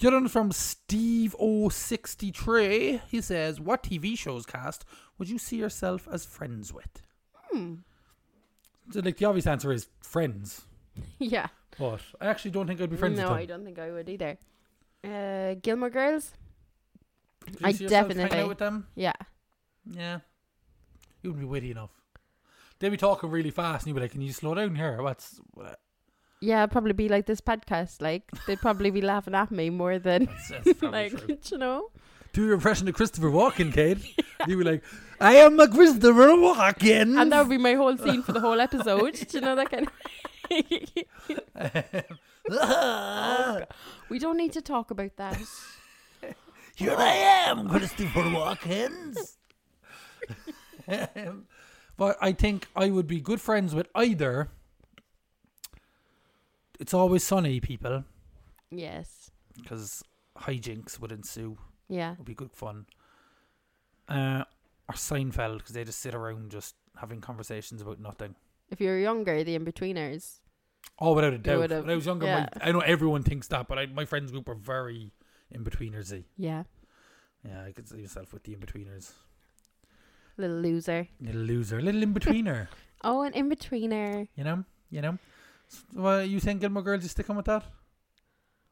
S3: The other one is from Steve 063. He says, What TV shows cast would you see yourself as friends with?
S2: Hmm.
S3: So, like, the obvious answer is friends.
S2: Yeah.
S3: But I actually don't think I'd be friends
S2: no,
S3: with him.
S2: I don't think I would either. Uh, Gilmore Girls.
S3: Could you
S2: I
S3: see yourself hanging
S2: definitely-
S3: out with them.
S2: Yeah.
S3: Yeah, you wouldn't be witty enough. They'd be talking really fast, and you'd be like, "Can you slow down here? What's what-
S2: Yeah, I'd probably be like this podcast. Like they'd probably be laughing at me more than
S3: that's, that's probably
S2: like
S3: true."
S2: you know.
S3: Do your impression of Christopher Walken, Kate. You'd be like, "I am a Christopher Walken."
S2: And that would be my whole scene for the whole episode. Do you know that kind of Oh, We don't need to talk about that.
S3: Here I am, Christopher Walkens. um, but I think I would be good friends with either. It's always sunny, people,
S2: yes.
S3: because hijinks would ensue.
S2: Yeah.
S3: would be good fun. Uh, or Seinfeld, because they just sit around just having conversations about nothing.
S2: If you're younger, the in betweeners.
S3: Oh, without a doubt.
S2: would've-
S3: When I was younger,
S2: yeah.
S3: my, I know everyone thinks that, but I, my friends group were very in betweenersy.
S2: Yeah.
S3: Yeah, I could see myself with the in betweeners.
S2: Little loser.
S3: Little loser, little in betweener.
S2: Oh, an in betweener.
S3: you know, you know. S- Well, you think Gilmore Girls? You sticking with that?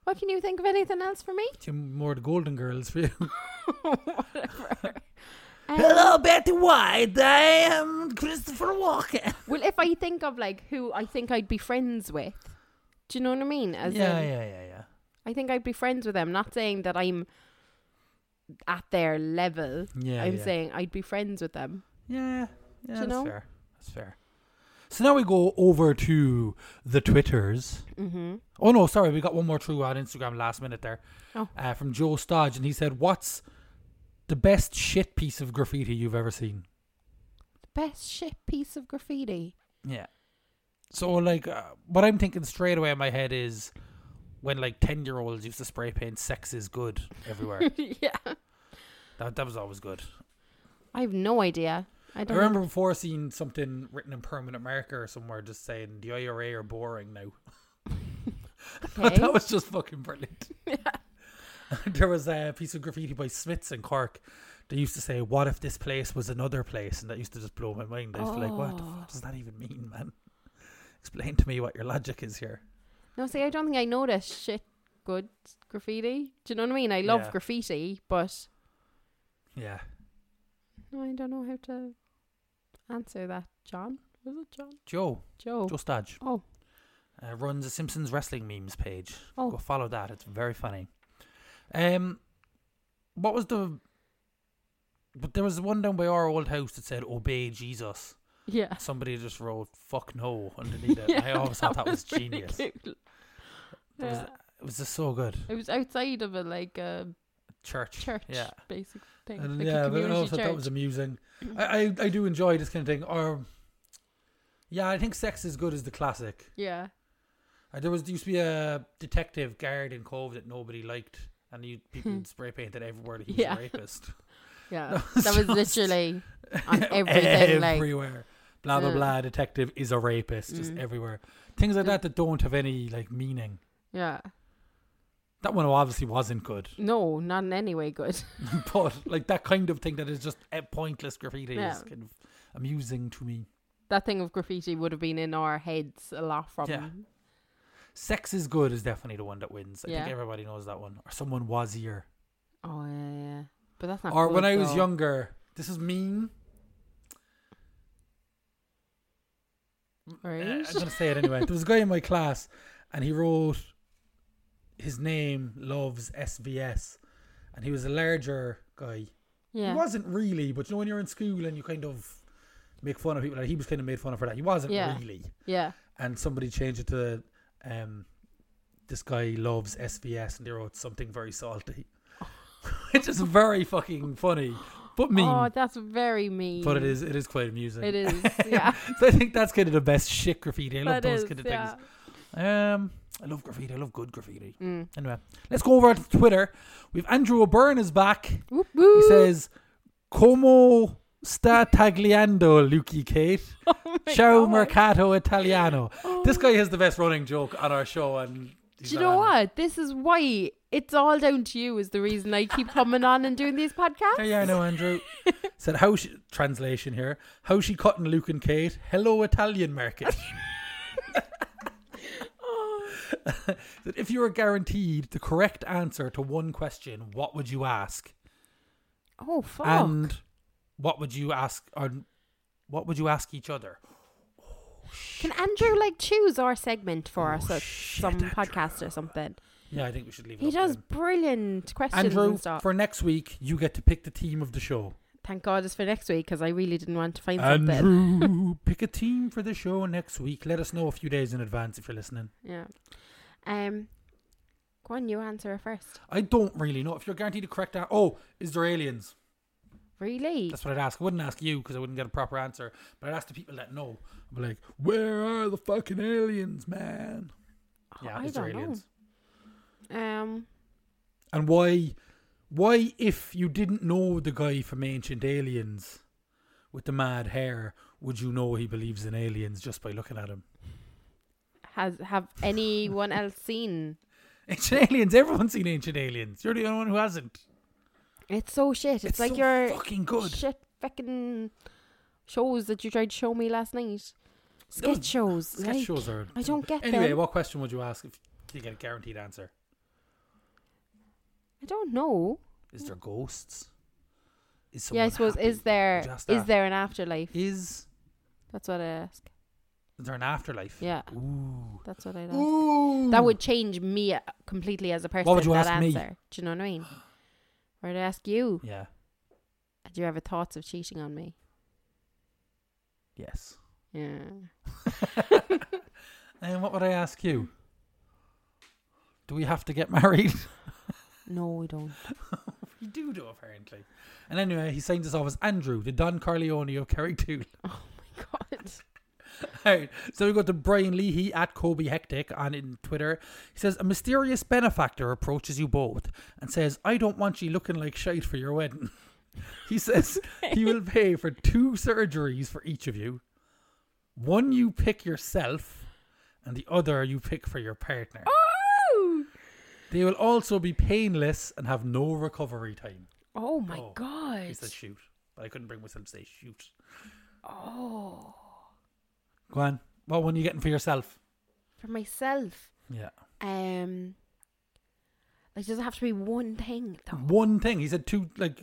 S2: What can you think of anything else for me?
S3: Two more the Golden Girls for you.
S2: Whatever. Um,
S3: Betty White. I am Christopher Walken.
S2: Well, if I think of like who I think I'd be friends with, do you know what I mean? As
S3: yeah,
S2: in,
S3: yeah, yeah, yeah.
S2: I think I'd be friends with them. Not saying that I'm at their level.
S3: Yeah,
S2: I'm
S3: yeah.
S2: saying I'd be friends with them.
S3: Yeah, yeah,
S2: you
S3: that's
S2: know?
S3: fair. That's fair. So now we go over to the Twitters.
S2: Mm-hmm.
S3: Oh no, sorry, we got one more through on Instagram last minute there.
S2: Oh.
S3: Uh, from Joe Stodge, and he said, "What's the best shit piece of graffiti you've ever seen?"
S2: Best shit piece of graffiti.
S3: Yeah. So like, uh, what I'm thinking straight away in my head is when like ten year olds used to spray paint "sex is good" everywhere.
S2: yeah.
S3: that that was always good.
S2: I have no idea. I
S3: I
S2: don't
S3: remember before seeing something written in permanent marker somewhere just saying the IRA are boring now. But
S2: Okay.
S3: that was just fucking brilliant. there was a piece of graffiti by Smiths in Cork. They used to say, "What if this place was another place?" and that used to just blow my mind. I was like, "What the
S2: Oh.
S3: fuck does that even mean, man? Explain to me what your logic is here."
S2: No, see, I don't think I know this shit good graffiti. Do you know what I mean? I love
S3: Yeah.
S2: graffiti, but
S3: Yeah.
S2: I don't know how to answer that. John? Was it John?
S3: Joe,
S2: Joe.
S3: Joe Stodge,
S2: Oh,
S3: uh, runs a Simpsons wrestling memes page.
S2: Oh.
S3: Go follow that. It's very funny. Um, what was the? But there was one down by our old house that said "Obey Jesus."
S2: yeah.
S3: Somebody just wrote "fuck no" underneath it. I always thought that was,
S2: really
S3: genius.
S2: cute.
S3: That was-
S2: Yeah.
S3: It was just so good.
S2: It was outside of a like a
S3: Church.
S2: church,
S3: Yeah.
S2: basic thing,
S3: And
S2: like
S3: yeah, but
S2: a
S3: I
S2: community
S3: also
S2: church.
S3: thought that was amusing. I, I I do enjoy this kind of thing. Or yeah, I think sex is good is the classic.
S2: yeah,
S3: Uh, there was there used to be a detective guard in Cove that nobody liked, and you people spray painted everywhere that he was
S2: Hmm. Yeah.
S3: a rapist.
S2: yeah.
S3: was
S2: that was
S3: just-
S2: literally on everything. like
S3: everywhere. Blah blah
S2: Ugh.
S3: blah. Detective is a rapist, just
S2: Mm.
S3: everywhere. Things like
S2: Th-
S3: that that don't have any like meaning.
S2: yeah,
S3: That one obviously wasn't good,
S2: no, not in any way good.
S3: but like that kind of thing that is just eh, pointless graffiti is
S2: Yeah.
S3: kind of amusing to me.
S2: that thing of graffiti would have been in our heads a lot from
S3: Yeah. Sex is good is definitely the one that wins. I
S2: Yeah.
S3: think everybody knows that one. Or someone was here.
S2: Oh yeah, yeah. But that's not.
S3: or when
S2: good,
S3: I was
S2: though.
S3: younger. This is mean. Uh,
S2: right?
S3: I'm gonna say it anyway. There was a guy in my class, and he wrote his name loves SVS, and he was a larger guy.
S2: yeah,
S3: He wasn't really, but you know when you're in school and you kind of make fun of people, like he was kind of made fun of for that. He wasn't
S2: Yeah.
S3: really,
S2: yeah,
S3: and somebody changed it to um, this guy loves SVS, and they wrote something very salty, which is very fucking funny, but mean.
S2: Oh, that's very mean.
S3: but it is it is quite amusing.
S2: It is. Yeah,
S3: so I think that's kind of the best shit graffiti. I love
S2: that
S3: those
S2: is.
S3: kind of things.
S2: Yeah.
S3: Um, I love graffiti. I love good graffiti.
S2: Mm.
S3: Anyway, let's go over to Twitter. We've Andrew O'Byrne is back.
S2: Whoop,
S3: He
S2: whoop.
S3: says, "Como sta tagliando, Luki Kate?
S2: Oh my
S3: Ciao
S2: God.
S3: mercato italiano."
S2: Oh
S3: This guy has the best running joke on our show, and he's
S2: Do you
S3: not
S2: know
S3: on it.
S2: what? This is why it's all down to you. Is the reason I keep coming on and doing these podcasts.
S3: Yeah, yeah, I know. Andrew said, "How she, translation here? How she cutting Luke and Kate? Hello, Italian market." that if you were guaranteed the correct answer to one question, what would you ask?
S2: Oh fuck!
S3: And what would you ask? Or what would you ask each other?
S2: Can Andrew like choose our segment for us at
S3: Oh, shit,
S2: some
S3: Andrew.
S2: podcast or something?
S3: Yeah, I think we should leave. It
S2: He
S3: up to
S2: does
S3: him.
S2: brilliant questions
S3: Andrew,
S2: and stuff.
S3: for next week, you get to pick the team of the show.
S2: Thank God it's for next week because I really didn't want to find something.
S3: Andrew, pick a team for the show next week. Let us know a few days in advance if you're listening.
S2: Yeah. Um. Go on, you answer it first.
S3: I don't really know if you're guaranteed the correct answer. Oh, is there aliens?
S2: Really?
S3: That's what I'd ask. I wouldn't ask you because I wouldn't get a proper answer. But I'd ask the people that know. I'd be like, "Where are the fucking aliens, man?"
S2: Oh, I don't know. Um.
S3: And why? Why, if you didn't know the guy from Ancient Aliens with the mad hair, would you know he believes in aliens just by looking at him?
S2: Has have anyone else seen?
S3: Ancient Aliens. Everyone's seen Ancient Aliens. You're the only one who hasn't.
S2: It's so shit. It's, like
S3: so
S2: your
S3: fucking good.
S2: shit fucking shows that you tried to show me last night. Sketch
S3: Those
S2: shows.
S3: Sketch
S2: like,
S3: shows are.
S2: I don't get
S3: Anyway,
S2: them.
S3: what question would you ask if you get a guaranteed answer?
S2: I don't know.
S3: Is there ghosts? Is
S2: yeah, I
S3: someone
S2: suppose
S3: happy?
S2: is there
S3: Would you ask
S2: is
S3: that?
S2: there an afterlife?
S3: is
S2: That's what I ask.
S3: Is there an afterlife?
S2: Yeah,
S3: Ooh.
S2: that's what I ask.
S3: Ooh.
S2: That would change me uh, completely as a person.
S3: would you
S2: that
S3: ask me?
S2: answer. Do you know what I mean? Or I'd ask you,
S3: Yeah.
S2: do you ever thoughts of cheating on me?
S3: Yes.
S2: Yeah.
S3: And what would I ask you? Do we have to get married?
S2: No, we don't.
S3: we do, though, apparently. And anyway, he signs us off as Andrew, the Don Corleone of Carrigtool.
S2: Oh my god.
S3: Alright, so we go to Brian Leahy at Kobe Hectic on in Twitter. He says a mysterious benefactor approaches you both and says, "I don't want you looking like shite for your wedding." He says he will pay for two surgeries for each of you. One you pick yourself, and the other you pick for your partner.
S2: Oh,
S3: They will also be painless and have no recovery time.
S2: oh my
S3: Oh, He
S2: god.
S3: says shoot, but I couldn't bring myself to say shoot.
S2: Oh,
S3: Go on, what one are you getting for yourself?
S2: for myself.
S3: Yeah,
S2: Um, Like, does it have to be one thing? Though?
S3: One thing. He said two, like,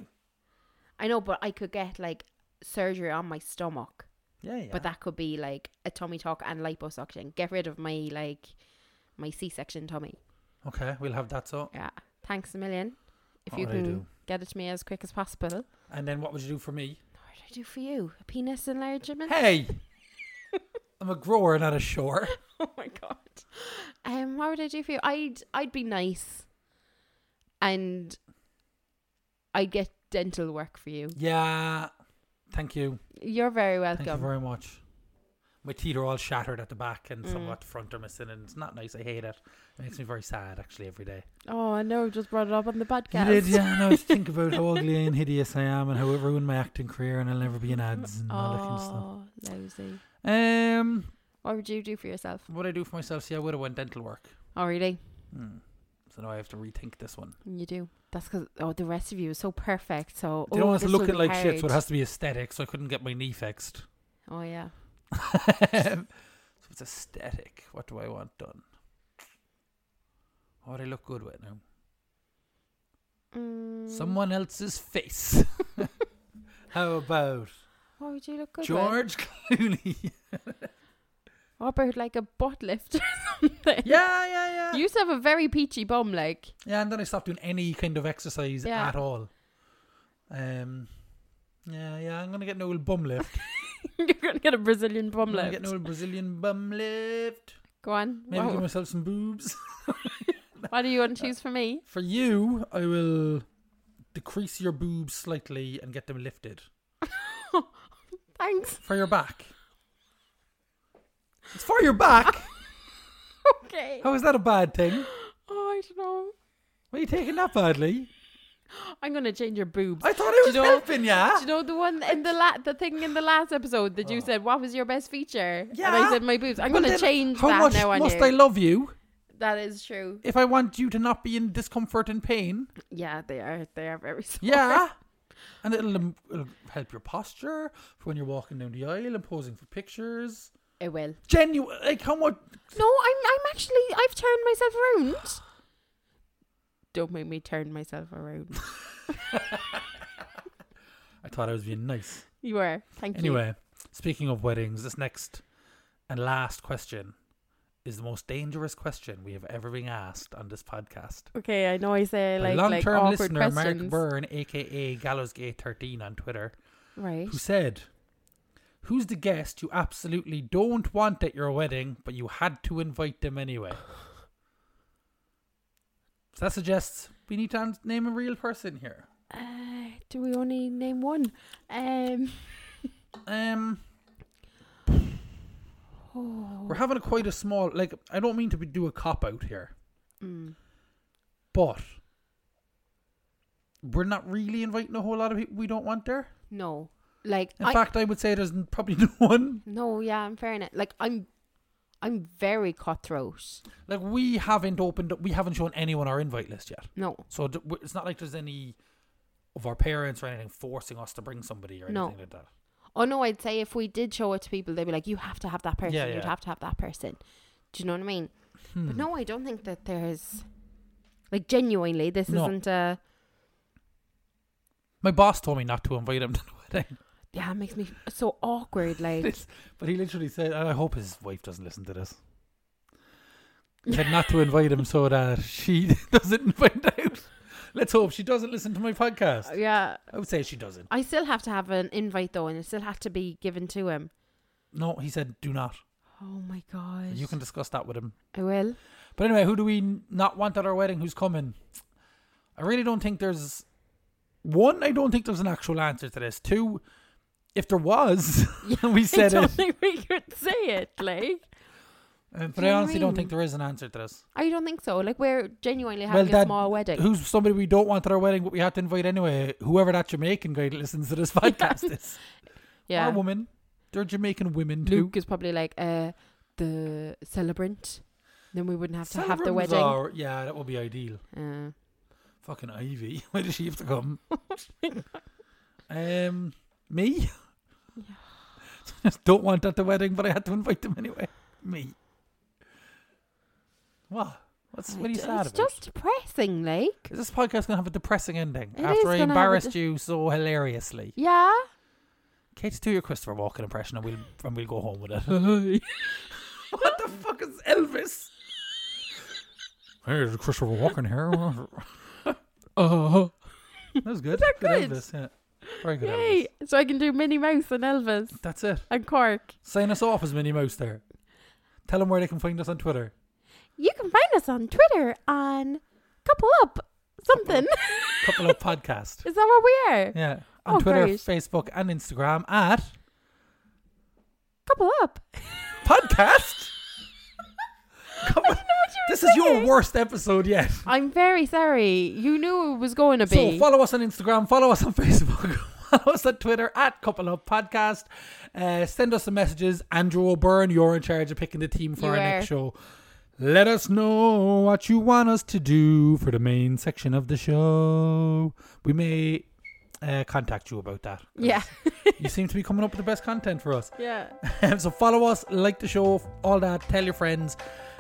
S2: I know, but I could get like surgery on my stomach,
S3: yeah, yeah.
S2: but that could be like a tummy tuck and liposuction. Get rid of my like my C-section tummy.
S3: okay, we'll have that so.
S2: Yeah, thanks a million. If
S3: What
S2: you
S3: would I
S2: can
S3: do?
S2: get it to me as quick as possible.
S3: And then what would you do for me?
S2: What did I do for you? A penis enlargement?
S3: Hey! I'm a grower, not a shore.
S2: Oh my god. Um, what would I do for you? I'd I'd be nice, and I'd get dental work for you.
S3: Yeah. Thank you.
S2: You're very welcome.
S3: Thank you very much. My teeth are all shattered at the back and some
S2: Mm.
S3: at the front are missing, and it's not nice. I hate it. It makes me very sad, actually, every day.
S2: oh, I know. Just brought it up on the podcast.
S3: You did, yeah. Now I think about how ugly and hideous I am, and how it ruined my acting career, and I'll never be in ads and all that kind of stuff.
S2: Oh, lousy.
S3: Um,
S2: What would you do for yourself?
S3: what I do for myself? See, I would have went dental work.
S2: Oh, really?
S3: Hmm. So now I have to rethink this one.
S2: You do. That's because oh, the rest of you is so perfect. So
S3: They don't
S2: oh,
S3: want us to
S2: this
S3: look
S2: will
S3: at
S2: be
S3: like shit, so
S2: hard.
S3: it has to be aesthetic. So I couldn't get my knee fixed.
S2: Oh yeah.
S3: so it's aesthetic. What do I want done? What do I look good with now?
S2: Mm,
S3: Someone else's face. How about
S2: What would you look good with?
S3: George Clooney?
S2: What about like a butt lift or something?
S3: yeah, yeah, yeah.
S2: You used to have a very peachy bum, like.
S3: Yeah, and then I stopped doing any kind of exercise
S2: Yeah.
S3: at all. Um, yeah, yeah, I'm gonna get an old bum lift.
S2: You're gonna get a Brazilian bum
S3: I'm gonna get
S2: lift.
S3: an old Brazilian bum lift.
S2: Go on.
S3: Maybe
S2: what,
S3: give myself some boobs.
S2: what do you want to choose for me?
S3: For you, I will decrease your boobs slightly and get them lifted
S2: Thanks.
S3: for your back. It's for your back.
S2: Okay.
S3: How is that a bad thing?
S2: Oh, I don't know.
S3: Why are you taking that badly?
S2: I'm gonna change your boobs.
S3: I thought I was
S2: know-
S3: helping ya.
S2: Do you know the one in the la- the thing in the last episode that you said what was your best feature?
S3: Oh.
S2: And
S3: Yeah.
S2: I said my boobs. I'm
S3: Well,
S2: gonna
S3: then
S2: change
S3: How
S2: that
S3: much
S2: now on
S3: must
S2: you.
S3: I love you
S2: that is true.
S3: if I want you to not be in discomfort and pain?
S2: Yeah, they are. They are very. Small.
S3: Yeah. And it'll, um, it'll help your posture for when you're walking down the aisle and posing for pictures.
S2: It will.
S3: Genuine, like how much?
S2: No, I'm. I'm actually. I've turned myself around. Don't make me turn myself around.
S3: I thought I was being nice.
S2: You are. Thank you.
S3: Anyway, speaking of weddings, this next and last question is the most dangerous question we have ever been asked on this podcast.
S2: Okay, I know I say
S3: By
S2: like like
S3: long-term
S2: awkward
S3: listener Mark
S2: questions.
S3: Byrne, aka Gallowsgate13 on Twitter,
S2: right.
S3: who said, "Who's the guest you absolutely don't want at your wedding, but you had to invite them anyway?" So that suggests we need to an- name a real person here.
S2: Uh, do we only name one? Um.
S3: Um,
S2: Oh.
S3: we're having a quite a small like. I don't mean to be, do a cop out here,
S2: Mm.
S3: but we're not really inviting a whole lot of people we don't want there.
S2: No, like
S3: In
S2: I,
S3: fact, I would say there's n- probably no one.
S2: no, yeah, I'm fair enough. Like I'm, I'm very cutthroat.
S3: Like we haven't opened up, we haven't shown anyone our invite list yet.
S2: No,
S3: So d- w- it's not like there's any of our parents or anything forcing us to bring somebody or anything
S2: No.
S3: like that.
S2: oh no, I'd say if we did show it to people, they'd be like, "You have to have that person.
S3: Yeah,
S2: You'd
S3: yeah.
S2: have to have that person." Do you know what I mean? But
S3: Hmm.
S2: no, I don't think that there's, like, genuinely, this
S3: No.
S2: isn't a.
S3: My boss told me not to invite him to the wedding,
S2: Yeah, it makes me so awkward. Like,
S3: It's- but he literally said, and I hope his wife doesn't listen to this. He said not to invite him so that she doesn't find out. Let's hope she doesn't listen to my podcast.
S2: yeah,
S3: I would say she doesn't.
S2: I still have to have an invite though, and it still had to be given to him.
S3: No, he said, do not.
S2: Oh my god!
S3: You can discuss that with him.
S2: I will.
S3: But anyway, who do we n- not want at our wedding? Who's coming? I really don't think there's one. I don't think there's an actual answer to this. Two, if there was,
S2: Yeah,
S3: we
S2: I
S3: said
S2: don't
S3: it.
S2: think we could say it. Like,
S3: Um, but I
S2: Do you know what I
S3: honestly don't
S2: mean?
S3: think there is an answer to this.
S2: I don't think so. Like, we're genuinely
S3: Well,
S2: having a
S3: that-
S2: small wedding.
S3: Who's somebody we don't want at our wedding, but we had to invite anyway? Whoever that Jamaican guy that listens to this podcast is,
S2: yeah.
S3: or woman. They're Jamaican women too.
S2: Luke is probably like uh, the celebrant. Then we wouldn't have to have the
S3: Celebrants
S2: wedding.
S3: are- yeah, that would be ideal.
S2: Uh,
S3: Fucking Ivy, why did she have to come? um, me. Just don't want at the wedding, but I had to invite them anyway. Me. What? What's
S2: I
S3: what are you
S2: d-
S3: sad
S2: It's
S3: about?
S2: just depressing, like.
S3: Is this podcast gonna have a depressing ending
S2: It is
S3: after I
S2: gonna have a
S3: embarrassed
S2: de-
S3: you so hilariously?
S2: Yeah.
S3: Kate, do your Christopher Walken impression, and we'll and we'll go home with it.
S5: Hi.
S3: what the fuck is Elvis? Hey, Christopher Walken here. Uh-huh.
S5: Oh.
S3: that was good.
S2: that
S3: good,
S2: good?
S3: Elvis. Yeah. Very good.
S2: Yay.
S3: Elvis.
S2: So I can do Minnie Mouse and Elvis
S3: That's it.
S2: and Cork.
S3: Sign us off as Minnie Mouse there. Tell them where they can find us on Twitter.
S4: You can find us on Twitter on Couple Up something.
S3: Couple of podcast.
S2: Is that what we are?
S3: Yeah. On
S2: Oh,
S3: Twitter,
S2: great.
S3: Facebook, and Instagram at
S4: Couple Up.
S3: podcast. Come on. This is your
S2: saying.
S3: worst episode yet.
S2: I'm very sorry. You knew it was going to
S3: So
S2: be.
S3: follow us on Instagram, follow us on Facebook, follow us on Twitter at Couple Up Podcast. Uh, send us some messages. Andrew O'Byrne, you're in charge of picking the team for
S2: You
S3: our
S2: are.
S3: next show. Let us know what you want us to do for the main section of the show. We may uh, contact you about that. 'cause
S2: yeah.
S3: you seem to be coming up with the best content for us.
S2: yeah.
S3: Um, so follow us, like the show, all that. Tell your friends.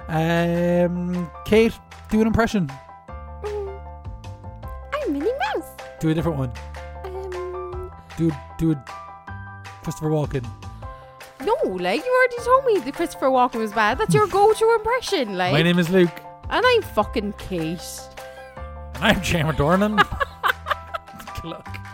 S3: Um, Kate, do an impression.
S4: Mm. I'm Minnie Mouse.
S3: Do a different one.
S4: Um,
S3: Do do a Christopher Walken.
S2: No, like you already told me the Christopher Walken was bad. That's your go-to impression, like.
S3: My name is Luke,
S2: and I'm fucking Kate.
S3: and I'm Jamie Dornan. Good luck.